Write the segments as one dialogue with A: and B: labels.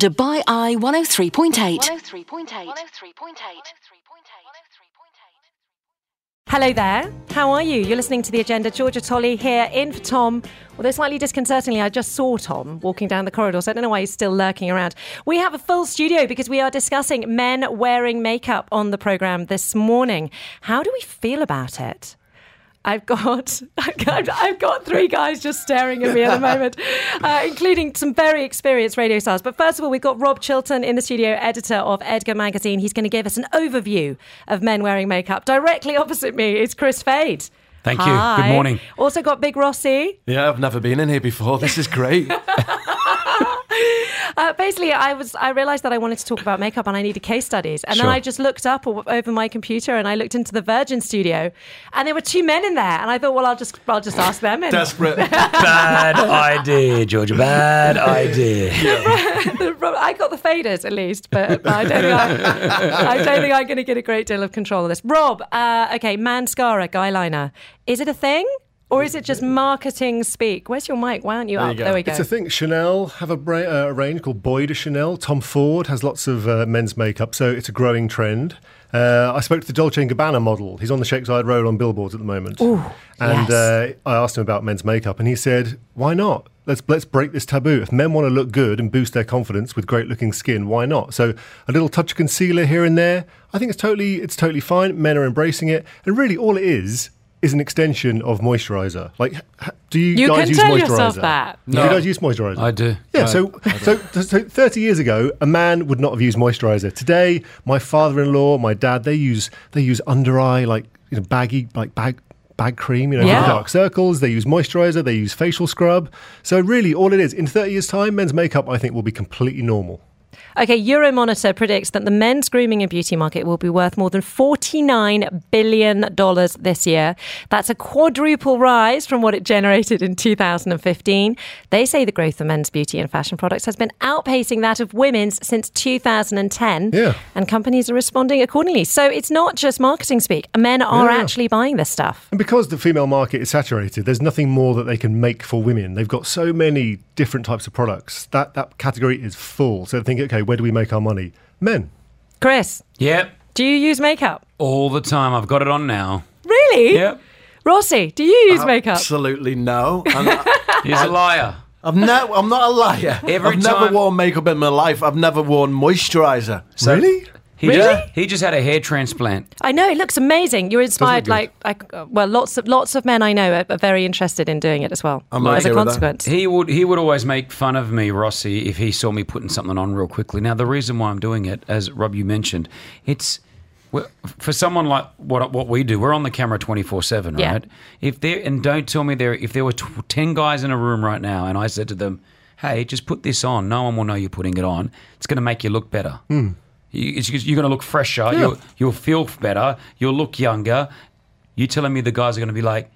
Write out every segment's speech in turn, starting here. A: Dubai I 103.8.
B: Hello there. How are you? You're listening to The Agenda. Georgia Tolley here in for Tom. Although slightly disconcertingly, I just saw Tom walking down the corridor, so I don't know why he's still lurking around. We have a full studio because we are discussing men wearing makeup on the programme this morning. How do we feel about it? I've got, I've got I've got three guys just staring at me at the moment, uh, including some very experienced radio stars. But first of all, we've got Rob Chilton in the studio, editor of Edgar magazine. He's going to give us an overview of men wearing makeup. Directly opposite me is Chris Fade.
C: Thank you. Good
B: Hi.
C: morning.
B: Also got Big Rossi.
D: Yeah, I've never been in here before. This is great.
B: Uh, basically, I was I realised that I wanted to talk about makeup and I needed case studies, and then
C: Sure.
B: I just looked up o- over my computer and I looked into the Virgin studio, and there were two men in there, and I thought, well, I'll just I'll just ask them. And
D: Desperate.
C: Bad idea, Georgia. Bad idea.
B: I got the faders at least, but I don't think, I, I don't think I'm going to get a great deal of control of this. Rob, uh, okay, mascara, guy liner. Is it a thing? Or is it just marketing speak? Where's your mic? Why aren't you up?
D: you go.
B: There we go.
E: It's a thing. Chanel have a, bra- uh, a range called Boy de Chanel. Tom Ford has lots of uh, men's makeup, so it's a growing trend. Uh, I spoke to the Dolce & Gabbana model. He's on the Shakeside Road on billboards at the moment. and
B: yes.
E: uh, I asked him about men's makeup, and he said, "Why not? Let's let's break this taboo. If men want to look good and boost their confidence with great-looking skin, why not? So a little touch of concealer here and there. I think it's totally it's totally fine. Men are embracing it, and really all it is." Is an extension of moisturizer. Like, h- h- do you,
B: You
E: guys
B: can
E: use
B: tell
E: moisturizer?
B: yourself that.
C: No.
E: You guys use moisturizer.
C: I do.
E: Yeah.
C: I-
E: so, so, so, 30 years ago, a man would not have used moisturizer. Today, my father-in-law, my dad, they use they use under eye like you know baggy like bag bag cream, you know, for
B: Yeah.
E: the dark circles. They use moisturizer. They use facial scrub. So really, all it is in 30 years' time, men's makeup, I think, will be completely normal.
B: Okay, Euromonitor predicts that the men's grooming and beauty market will be worth more than $49 billion this year. That's a quadruple rise from what it generated in 2015. They say the growth of men's beauty and fashion products has been outpacing that of women's since 2010.
E: Yeah.
B: And companies are responding accordingly. So it's not just marketing speak. Men are
E: Yeah.
B: actually buying this stuff.
E: And because the female market is saturated, there's nothing more that they can make for women. They've got so many different types of products. That that category is full. So think, okay, where do we make our money? Men.
B: Chris,
C: Yep.
B: do you use makeup?
C: All the time. I've got it on now.
B: Really?
C: Yep.
B: Rossi, do you use makeup?
D: Absolutely no. And I,
C: He's a liar.
D: I've no, I'm not a liar.
C: Every
D: I've
C: time-
D: never worn makeup in my life. I've never worn moisturizer. So
E: Really?
C: He
B: Really?
C: Just, he just had a hair transplant.
B: I know it looks amazing. You're inspired,
E: Doesn't
B: like,
E: it
B: like uh, well, lots of lots of men I know are, are very interested in doing it as well.
D: I'm
B: as a
D: okay with that.
B: consequence,
C: He would he would always make fun of me, Rossi, if he saw me putting something on real quickly. Now the reason why I'm doing it, as Rob you mentioned, it's well, for someone like what what we do, we're on the camera twenty four seven,
B: Yeah.
C: right? If there and don't tell me there if there were t- ten guys in a room right now, and I said to them, "Hey, just put this on. No one will know you're putting it on. It's going to make you look better. You, it's, you're going to look fresher. You'll, you'll feel better. You'll look younger. You telling me the guys are going to be like."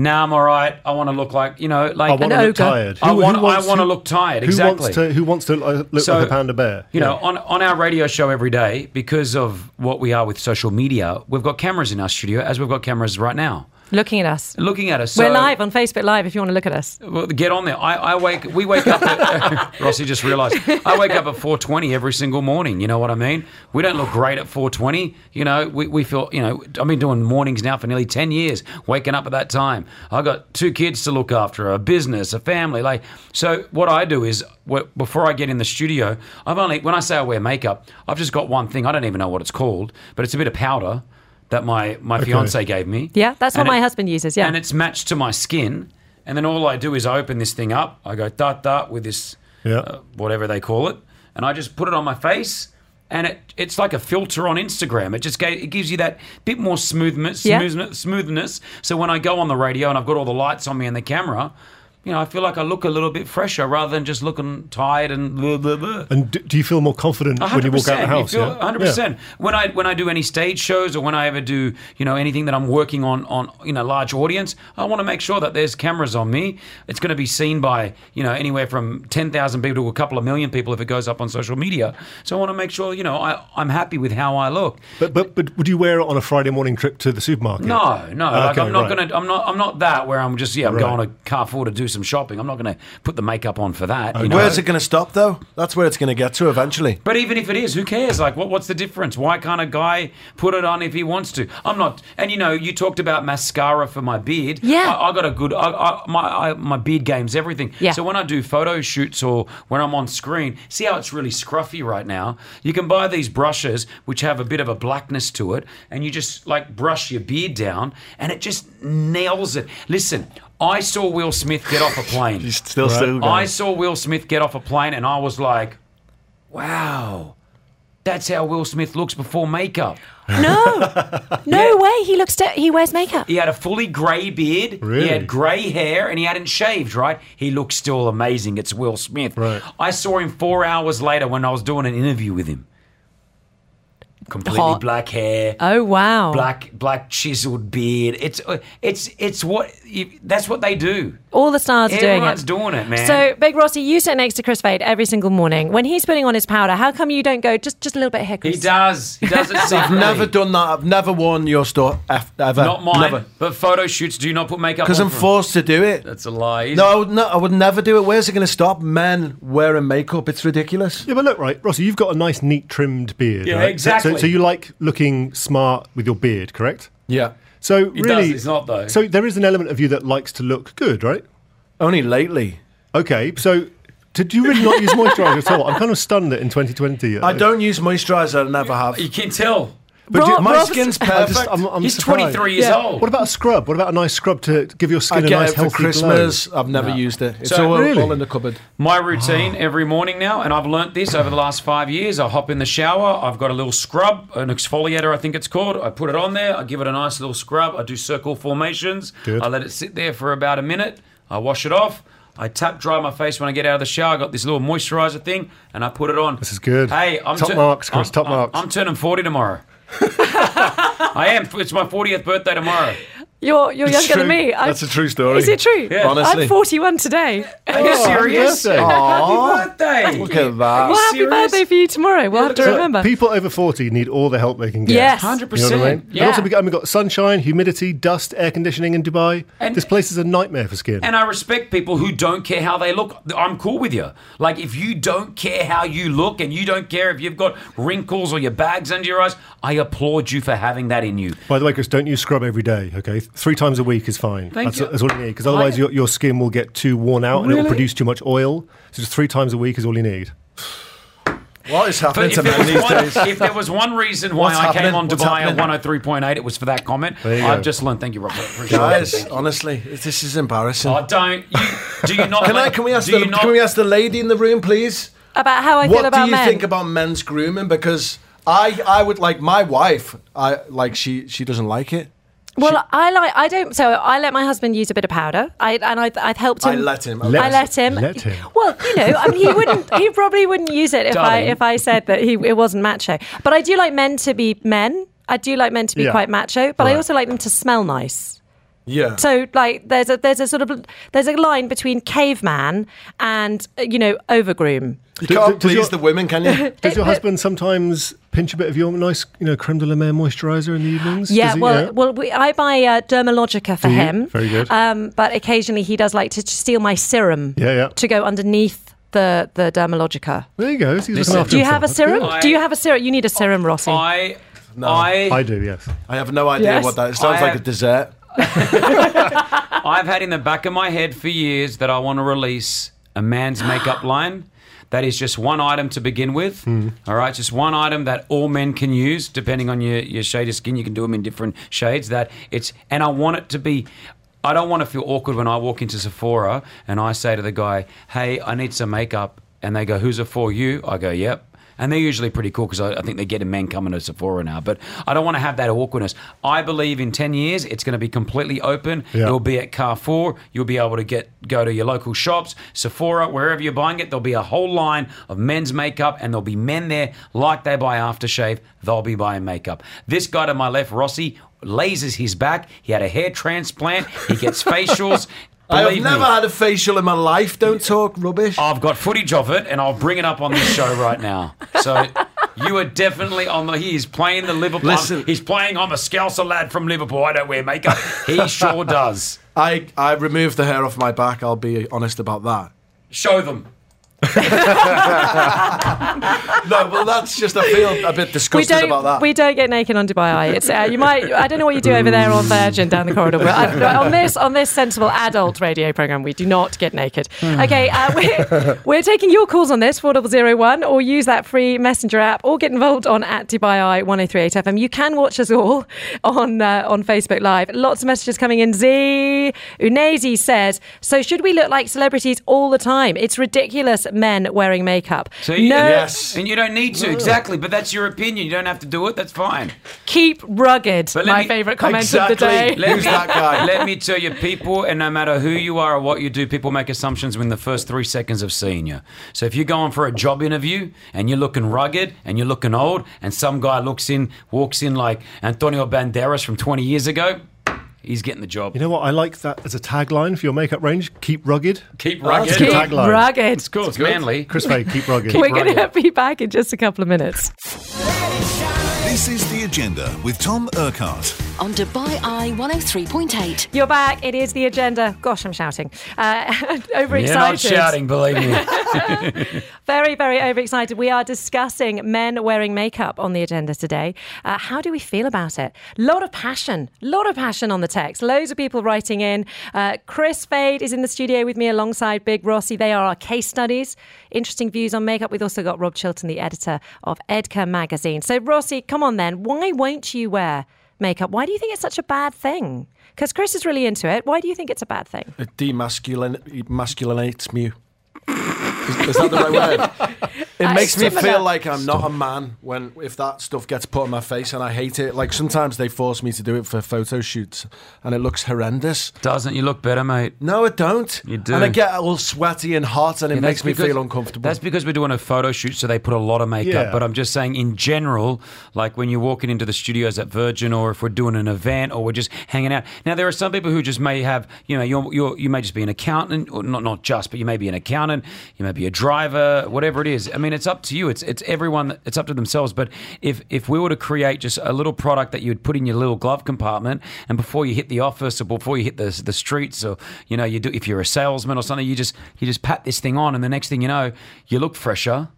C: Nah, I'm all right. I want to look like you know, like
E: I want
B: An
E: to look
B: ogre.
E: tired.
C: I want- I
E: wants-
C: want to look tired,
E: Who
C: exactly.
E: wants to, who wants to uh, look like a panda bear?
C: You know,
E: Yeah.
C: on, on our radio show every day, because of what we are with social media, we've got cameras in our studio, as we've got cameras right now,
B: looking at us,
C: looking at us.
B: we're
C: So- Oh.
B: live on Facebook Live. If you want to look at us,
C: Well, get on there. I, I wake. We wake up. At, Rossi just realised. I wake up at four twenty every single morning. You know what I mean? We don't look great at four twenty. You know, we, we feel. You know, I've been doing mornings now for nearly ten years. Waking up at that time. I got two kids to look after, a business, a family. Like so, what I do is wh- before I get in the studio, I've only when I say I wear makeup, I've just got one thing. I don't even know what it's called, but it's a bit of powder that my my fiance gave me.
B: yeah, that's what
C: And
B: my
C: it-
B: husband uses. Yeah,
C: and it's matched to my skin. And then all I do is I open this thing up. I go dot dot with this,
E: Yeah.
C: uh, whatever they call it, and I just put it on my face. And it, it's like a filter on Instagram. It just gave, it gives you that bit more smoothness,
B: Yeah.
C: smoothness, smoothness. So when I go on the radio and I've got all the lights on me and the camera, you know, I feel like I look a little bit fresher rather than just looking tired and blah, blah, blah.
E: And do, do you feel more confident when you walk out
C: 100%,
E: the house?
C: you feel-
E: yeah?
C: 100%.
E: Yeah.
C: When I when I do any stage shows or when I ever do, you know, anything that I'm working on on you know large audience, I want to make sure that there's cameras on me. It's going to be seen by, you know, anywhere from 10,000 people to a couple of million people if it goes up on social media. So I want to make sure, you know, I I'm happy with how I look.
E: But, but but would you wear it on a Friday morning trip to the supermarket?
C: No, no, like
E: Okay,
C: I'm not
E: right.
C: gonna. I'm not. I'm not that where I'm just. Yeah, I'm
E: Right.
C: going to Carrefour to do do some shopping. I'm not going to put the makeup on for that. you know?
D: Where's it going to stop, though? That's where it's going to get to eventually.
C: But even if it is, who cares? Like, what, what's the difference? Why can't a guy put it on if he wants to? I'm not. And you know, you talked about mascara for my beard.
B: Yeah.
C: I, I got a good. I, I, my I, my beard game's everything.
B: Yeah.
C: So when I do photo shoots or when I'm on screen, see how it's really scruffy right now. You can buy these brushes which have a bit of a blackness to it, and you just like brush your beard down, and it just nails it. Listen. I saw Will Smith get off a plane.
D: Still, still.
C: I saw Will Smith get off a plane and I was like, wow, that's how Will Smith looks before makeup.
B: No, no way. He looks. De- he wears makeup.
C: He had a fully grey beard,
E: Really?
C: he had grey hair, and he hadn't shaved, right? He looks still amazing. It's Will Smith.
E: Right.
C: I saw him four hours later when I was doing an interview with him. Completely
B: Hot.
C: black hair.
B: Oh wow.
C: Black, black chiseled beard. It's, uh, it's, it's what. You, that's what they do.
B: All the stars are doing
C: Everyone's
B: it.
C: doing it, man.
B: So, Big Rossi, you sit next to Chris Fade every single morning. When he's putting on his powder, how come you don't go just just a little bit here, Chris?
C: he does. He does it.
D: I've
C: secretly.
D: never done that. I've never worn your store eff- ever.
C: Not mine,
D: Never.
C: but photo shoots do not put makeup on.
D: Because I'm
C: for-
D: forced to do it.
C: That's a lie.
D: No, I would, no, I would never do it. Where's it going to stop men wearing makeup? It's ridiculous.
E: Yeah, but look, right, Rossi, you've got a nice, neat, trimmed beard.
C: Yeah,
E: right? So- So,
C: exactly.
E: so you like looking smart with your beard, correct?
D: Yeah.
E: So
C: It
E: really,
C: does, it's not, though.
E: So there is an element of you that likes to look good, right?
D: Only lately.
E: Okay, so did you really not use moisturiser at all? I'm kind of stunned that in 2020. uh,
D: I don't use moisturiser. I never have.
C: You can tell.
E: But do-
B: Rob-
D: My
B: Rob's-
D: skin's
E: I
D: perfect.
E: just, I'm, I'm
C: He's
E: surprised.
C: 23 years
E: Yeah.
C: old.
E: What about a scrub? What about a nice scrub to give
D: I
E: your skin a
D: get
E: nice,
D: it for
E: healthy
D: Christmas. I've never used it. It's
C: So-
D: all,
E: Really?
D: all in the cupboard.
C: My routine
E: Ah.
C: every morning now, and I've learnt this over the last five years. I hop in the shower. I've got a little scrub, an exfoliator, I think it's called. I put it on there. I give it a nice little scrub. I do circle formations.
E: Good.
C: I let it sit there for about a minute. I wash it off. I tap dry my face when I get out of the shower. I got this little moisturizer thing, and I put it on.
E: This is good.
C: Hey, I'm
E: Top marks, Chris,
C: I'm-
E: top
C: I'm-
E: marks.
C: I'm turning 40 tomorrow. I am. It's my 40th birthday tomorrow.
B: You're you're younger than me. I-
D: That's a true story.
B: Is it true?
C: Yeah.
D: Honestly.
B: I'm 41 today.
C: Are you
E: Oh, happy
C: serious?
E: birthday.
C: Happy birthday!
D: Look at that.
C: Are you
B: Well, happy
C: serious?
B: birthday for you tomorrow. We'll have to
C: So,
B: remember.
E: People over 40 need all the help they can get.
B: Yes.
E: You know
C: 100%.
E: what I mean?
C: Yeah.
E: And also, we got, we got sunshine, humidity, dust, air conditioning in Dubai.
C: And-
E: this place is a nightmare for skin.
C: And I respect people who don't care how they look. I'm cool with you. Like, if you don't care how you look and you don't care if you've got wrinkles or your bags under your eyes, I applaud you for having that in you.
E: By the way, Chris, don't use scrub every day, okay? Three times a week is fine.
C: Thank
E: that's,
C: you.
E: that's all you need, because otherwise your, your skin will get too worn out and it will
C: Really?
E: produce too much oil. So just three times a week is all you need.
D: What is happening
C: But
D: to
C: if there,
D: men these
C: was
D: days?
C: one, if there was one reason why
D: What's
C: I came
D: happening?
C: on
D: What's
C: Dubai
D: happening?
C: at 103.8, it was for that comment.
E: you
C: I've
E: go.
C: just learned. Thank you, Robert. Appreciate it.
D: Guys, honestly, this is embarrassing.
C: I don't. You, do you not?
D: Can
C: let-
D: I? Can we ask?
C: do
D: The,
C: you not-
D: Can we ask the lady in the room, please?
B: about how I feel
D: What
B: about
D: do you
B: men.
D: think about men's grooming? Because I, I would like my wife. I like she, she doesn't like it.
B: well, I like I don't. So I let my husband use a bit of powder. I and I I helped him.
D: I let him.
E: Let-
B: I let him.
E: Let him.
B: Well, you know, I mean, he wouldn't. He probably wouldn't use it if I
C: Darling.
B: if I said that he it wasn't macho. But I do like men to be men. I do like men to be
E: Yeah.
B: quite macho. But I
E: Right.
B: also like them to smell nice.
D: Yeah.
B: So like, there's a there's a sort of there's a line between caveman and uh, you know overgroom.
D: you
E: Do-
D: can't
E: do- does
D: please
E: your-
D: the women, can you?
E: Does your
B: but-
E: husband sometimes pinch a bit of your nice, you know, creme de la mer moisturiser in the evenings?
B: Yeah,
E: Does he-
B: well, well, we, I buy uh, Dermalogica for
E: you?
B: him.
E: Very good.
B: Um, but occasionally he does like to t- steal my serum.
E: Yeah, yeah.
B: To go underneath the the Dermalogica.
E: There you go. He's looking
C: Listen,
E: after
B: Do you
E: himself.
B: have a
E: That's
B: serum?
E: good.
C: I-
B: Do you have a serum? You need a serum, Rossi.
C: I. I,
E: I do, yes.
D: I have no idea
B: Yes.
D: what that. It sounds
C: I
D: like a
C: have-
D: dessert.
C: I've had in the back of my head for years that I want to release a man's makeup line that is just one item to begin with. All right, just one item that all men can use, depending on your, your shade of skin. You can do them in different shades. That it's and I want it to be. I don't want to feel awkward when I walk into Sephora and I say to the guy, "Hey, I need some makeup," and they go, "Who's it for you?" I go, "Yep." And they're usually pretty cool because I, I think they're getting men coming to Sephora now. But I don't want to have that awkwardness. I believe in 10 years, it's going to be completely open.
E: Yeah.
C: It'll be at Carrefour. You'll be able to get go to your local shops, Sephora, wherever you're buying it. There'll be a whole line of men's makeup, and there'll be men there like they buy aftershave. They'll be buying makeup. This guy to my left, Rossi, lasers his back. He had a hair transplant. He gets facials.
D: I have
C: Believe
D: never
C: me.
D: had a facial in my life. Don't talk rubbish.
C: I've got footage of it, and I'll bring it up on this show right now. So You are definitely on the. He is playing the Liverpool.
D: Listen.
C: he's playing. I'm a Scouser lad from Liverpool. I don't wear makeup. He sure does.
D: I, I removed the hair off my back. I'll be honest about that.
C: Show them.
D: No, well, that's just I feel a bit
B: We
D: disgusted
B: don't,
D: about that.
B: we don't get naked on Dubai Eye. It's, uh, you might, I don't know what you do over there on Virgin down the corridor, but I, on this on this sensible adult radio program, we do not get naked.
D: Hmm.
B: okay, uh, we're, we're taking your calls on this, 4001, or use that free messenger app, or get involved on at Dubai Eye 1038 FM. You can watch us all on, uh, on Facebook Live. Lots of messages coming in. Z Unezi says, So should we look like celebrities all the time? It's ridiculous men wearing makeup.
C: See?
B: no,
D: Yes.
C: And you don't need to exactly, but that's your opinion. You don't have to do it. That's fine.
B: keep rugged.
C: But let
B: My
C: me-
B: favourite comment
D: Exactly.
B: of the day.
D: Let- Who's that guy?
C: Let me tell you, people, and no matter who you are or what you do, people make assumptions within the first three seconds of seeing you. So if you're going for a job interview and you're looking rugged and you're looking old, and some guy looks in, walks in like Antonio Banderas from 20 years ago, he's getting the job.
E: You know what? I like that as a tagline for your makeup range. Keep rugged.
C: keep
E: That's
C: rugged.
E: good.
B: Keep
E: Tagline.
B: rugged.
C: It's cool. It's manly.
E: Chris Faye, keep rugged.
B: We're going to
C: rugged.
B: be back in just a couple of minutes.
F: This is The Agenda with Tom Urquhart.
A: on Dubai oh Eye 103.8.
B: You're back. It is the agenda. Gosh, I'm shouting. Uh, overexcited.
C: You're not shouting, believe me.
B: Very, very overexcited. We are discussing men wearing makeup on the agenda today. Uh, how do we feel about it? Lot of passion, lot of passion on the text. Loads of people writing in. Uh, Chris Fade is in the studio with me alongside Big Rossi. They are our case studies, interesting views on makeup. We've also got Rob Chilton, the editor of Edka magazine. So, Rossi, come on then. Why won't you wear makeup? Why do you think it's such a bad thing? Because Chris is really into it. Why do you think it's a bad thing?
D: It demasculin- emasculinates me. Is, is that the right word? It
B: Uh,
D: makes me
B: similar.
D: feel like I'm not a man when if that stuff gets put on my face and I hate it. Like sometimes they force me to do it for photo shoots and it looks horrendous.
C: Doesn't you look better, mate?
D: No, it don't.
C: You do.
D: And I get all sweaty and hot and it
C: Yeah,
D: makes
C: that's
D: me
C: because-
D: feel uncomfortable.
C: That's because we're doing a photo shoot, so they put a lot of makeup.
E: Yeah.
C: But I'm just saying, in general, like when you're walking into the studios at Virgin, or if we're doing an event, or we're just hanging out. Now, there are some people who just may have, you know, you're, you're, you may just be an accountant, or not not just, but you may be an accountant, you may be a driver, whatever it is. I mean, it's up to you. It's it's everyone. It's up to themselves. But if if we were to create just a little product that you would put in your little glove compartment, and before you hit the office, or before you hit the the streets, or you know, you do if you're a salesman or something, you just you just pat this thing on, and the next thing you know, you look fresher.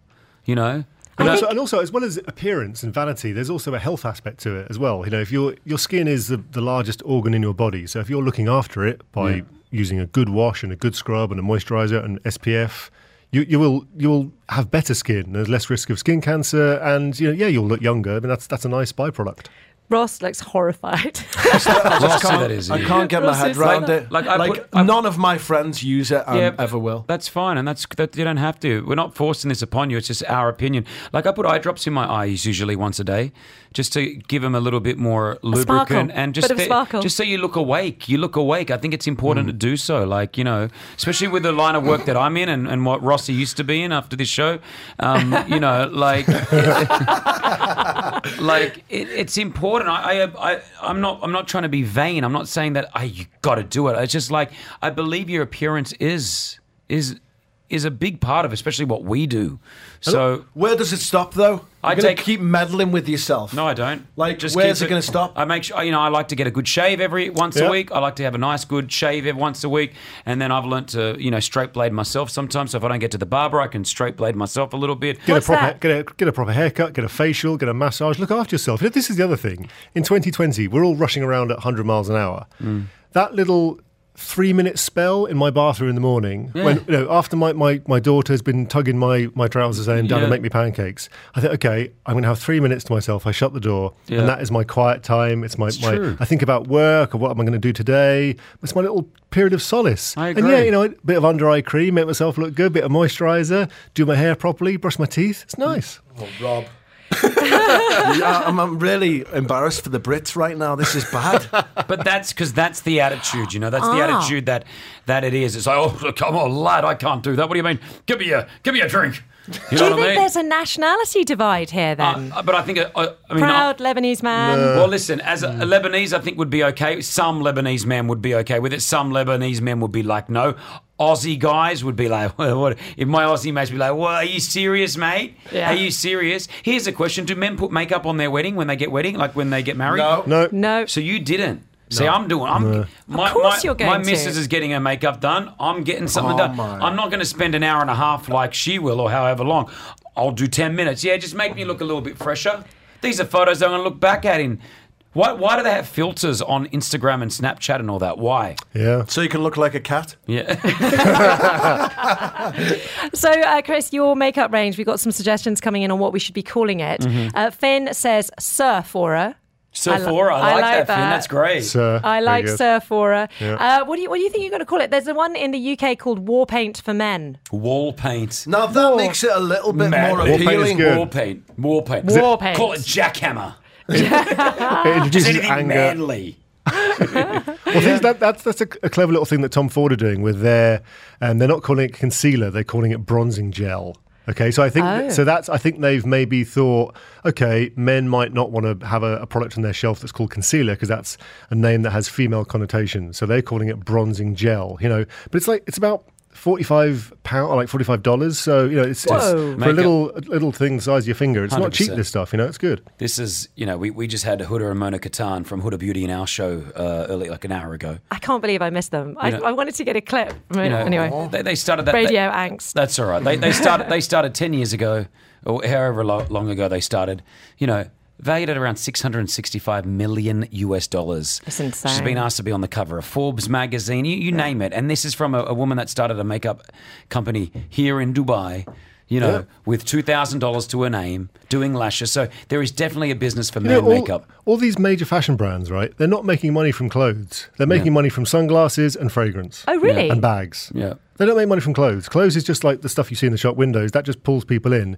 C: You know,
E: And also, and also, as well as appearance and vanity, there's also a health aspect to it as well. You know, if your your skin is the, the largest organ in your body, so if you're looking after it by using a good wash and a good scrub and a moisturizer and SPF, you, you will you will have better skin. There's less risk of skin cancer, and you know, yeah, you'll look younger. I mean, that's that's a nice byproduct.
B: Ross looks horrified.
D: I,
C: Well,
D: just
C: see,
D: can't,
C: that is
D: I
C: it.
D: can't get my
B: Ross
D: head
B: is
D: round
B: like-
D: it.
C: like,
D: Like,
C: I put- I-
D: none of my friends use it and ever will.
C: That's fine, and that's that you don't have to. We're not forcing this upon you. It's just our opinion. Like I put eye drops in my eyes usually once a day, just to give them a little bit more lubricant
B: sparkle.
C: and just
B: Bit of
C: the-
B: sparkle. Mm.
C: just so you look awake. You look awake. I think it's important to do so. Like you know, especially with the line of work that I'm in and, and what Rossi used to be in after this show. Um, you know, like like it, it's important. I, I, I, I'm not, I'm not trying to be vain. I'm not saying that I, you got to do it. It's just like I believe your appearance is is is a big part of, especially what we do. So
D: Where does it stop though?
C: I
D: You're gonna
C: take-
D: keep meddling with yourself.
C: no, I don't.
D: Like,
C: keep
D: where's it gonna stop?
C: I make sure, you know, I like to get a good shave every once
E: Yeah.
C: a week. I like to have a nice good shave every once a week, and then I've learnt to, you know, straight blade myself sometimes. So if I don't get to the barber, I can straight blade myself a little bit.
E: Get
B: What's
E: a proper
B: that?
E: get a get a proper haircut, get a facial, get a massage. Look after yourself. You know, This is the other thing. In 2020, we're all rushing around at 100 miles an hour. That little three minute spell in my bathroom in the morning, when you know, after my, my, my daughter has been tugging my, my trousers and down
C: Yeah.
E: to make me pancakes, I think, okay, I'm going to have three minutes to myself. I shut the door,
C: Yeah.
E: and that is my quiet time. It's my, my
C: true.
E: I think about work or what am I going to do today. It's my little period of solace.
C: I
E: And yeah,
C: agree.
E: you know, a bit of under eye cream, make myself look good, bit of moisturizer, do my hair properly, brush my teeth. It's nice.
D: Oh, Rob. yeah, I'm, I'm really embarrassed for the Brits right now. This is bad.
C: But that's because that's the attitude, you know. That's
B: Ah.
C: the attitude that that it is. It's like, oh, come on, lad, I can't do that. What do you mean? Give me a give me a drink. You
B: Do
C: know
B: you
C: what
B: think
C: I mean?
B: there's a nationality divide here then?
C: Uh, but I think, uh, I I mean, I-
B: Proud Lebanese man.
C: well, listen, as a, a Lebanese, I think would be okay. Some Lebanese men would be okay with it. Some Lebanese men would be like, no, Aussie guys would be like, well, what, if my Aussie mates would be like, well, are you serious, mate?
B: Yeah.
C: Are you serious? Here's a question: Do men put makeup on their wedding when they get wedding, like when they get married?
D: No.
E: No.
B: No.
C: So you didn't. See, I'm doing. I'm. My,
B: Of course
C: my,
B: you're going
C: My
B: to.
C: missus is getting her makeup done. I'm getting something
D: Oh,
C: done.
D: my.
C: I'm not going to spend an hour and a half like she will, or however long. I'll do ten minutes. Yeah, just make me look a little bit fresher. These are photos I'm going to look back at in. Why, why do they have filters on Instagram and Snapchat and all that? Why?
E: Yeah.
D: So you can look like a cat.
C: Yeah.
B: So, uh, Chris, your makeup range, we've got some suggestions coming in on what we should be calling it.
E: Mm-hmm.
B: Uh, Finn says Surfora.
C: So
B: li-
C: Sephora, I,
B: I like
C: like, that, Finn.
B: that.
C: That's great.
E: So,
B: I
E: Uh, very
B: like
E: good.
B: Surfora.
E: Yeah.
B: Uh, what, do you, what do you think you're going to call it? There's the one in the UK called War Paint for Men.
C: Wall paint.
D: Now that makes it a little bit
C: Mad.
D: more
C: Wall
E: paint is
D: appealing.
E: good.
C: Wall paint. Wall paint.
B: Wall paint.
C: Call it jackhammer.
E: It
C: Ah. Is
E: introduces
C: anything
E: anger.
C: manly?
E: Well, things that, that's that's a, a clever little thing that Tom Ford are doing with their, um, they're not calling it concealer, they're calling it bronzing gel. Okay, so I think so that's I think they've maybe thought, okay, men might not want to have a, a product on their shelf that's called concealer because that's a name that has female connotation. So they're calling it bronzing gel, you know. But it's like it's about forty five pound, like forty five dollars. So you know, it's, it's
B: Whoa.
E: for a little little thing the size of your finger. It's not cheap.
C: 100%.
E: This stuff, you know, it's good.
C: This is, you know, we, we just had Huda and Mona Katan from Huda Beauty in our show uh, early, like an hour ago.
B: I can't believe I missed them. I,
C: know-
B: I wanted to get a clip.
C: You know,
B: Oh, anyway,
C: they, they started that.
B: radio
C: they-
B: angst.
C: that's all right. They, they started. They started ten years ago, or however lo- long ago they started. You know, valued at around six hundred and sixty-five million US dollars.
B: That's insane.
C: She's been asked to be on the cover of Forbes magazine. You, you name it, and this is from a, a woman that started a makeup company here in Dubai. You know, with two thousand dollars to her name, doing lashes. So there is definitely a business for
E: You know,
C: men
E: all,
C: makeup.
E: all these major fashion brands, right? They're not making money from clothes. They're making money from sunglasses and fragrance.
B: Oh, really?
E: And bags.
C: Yeah.
E: They don't make money from clothes. Clothes is just like the stuff you see in the shop windows. That just pulls people in.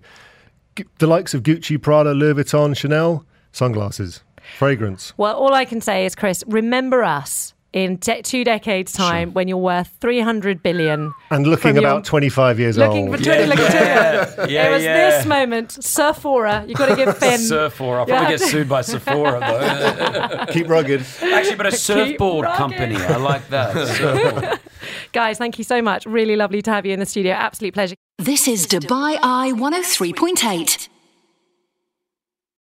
E: Gu- The likes of Gucci, Prada, Louis Vuitton, Chanel, sunglasses, fragrance.
B: Well, all I can say is, Chris, remember us in de- two decades' time when you're worth 300 billion.
E: And looking
B: From your-
E: about 25 years
B: Looking
E: old.
B: for 20, looking
C: yeah, yeah.
B: it was this moment, Surfora. You've got to give Finn.
C: Sephora. I'll
B: Yeah.
C: probably get sued by Sephora though.
E: Keep rugged.
C: Actually, but a surfboard
B: rocking.
C: company. I like that. Surfboard.
B: Guys, thank you so much. Really lovely to have you in the studio. Absolute pleasure.
A: oh This is Dubai Eye 103.8.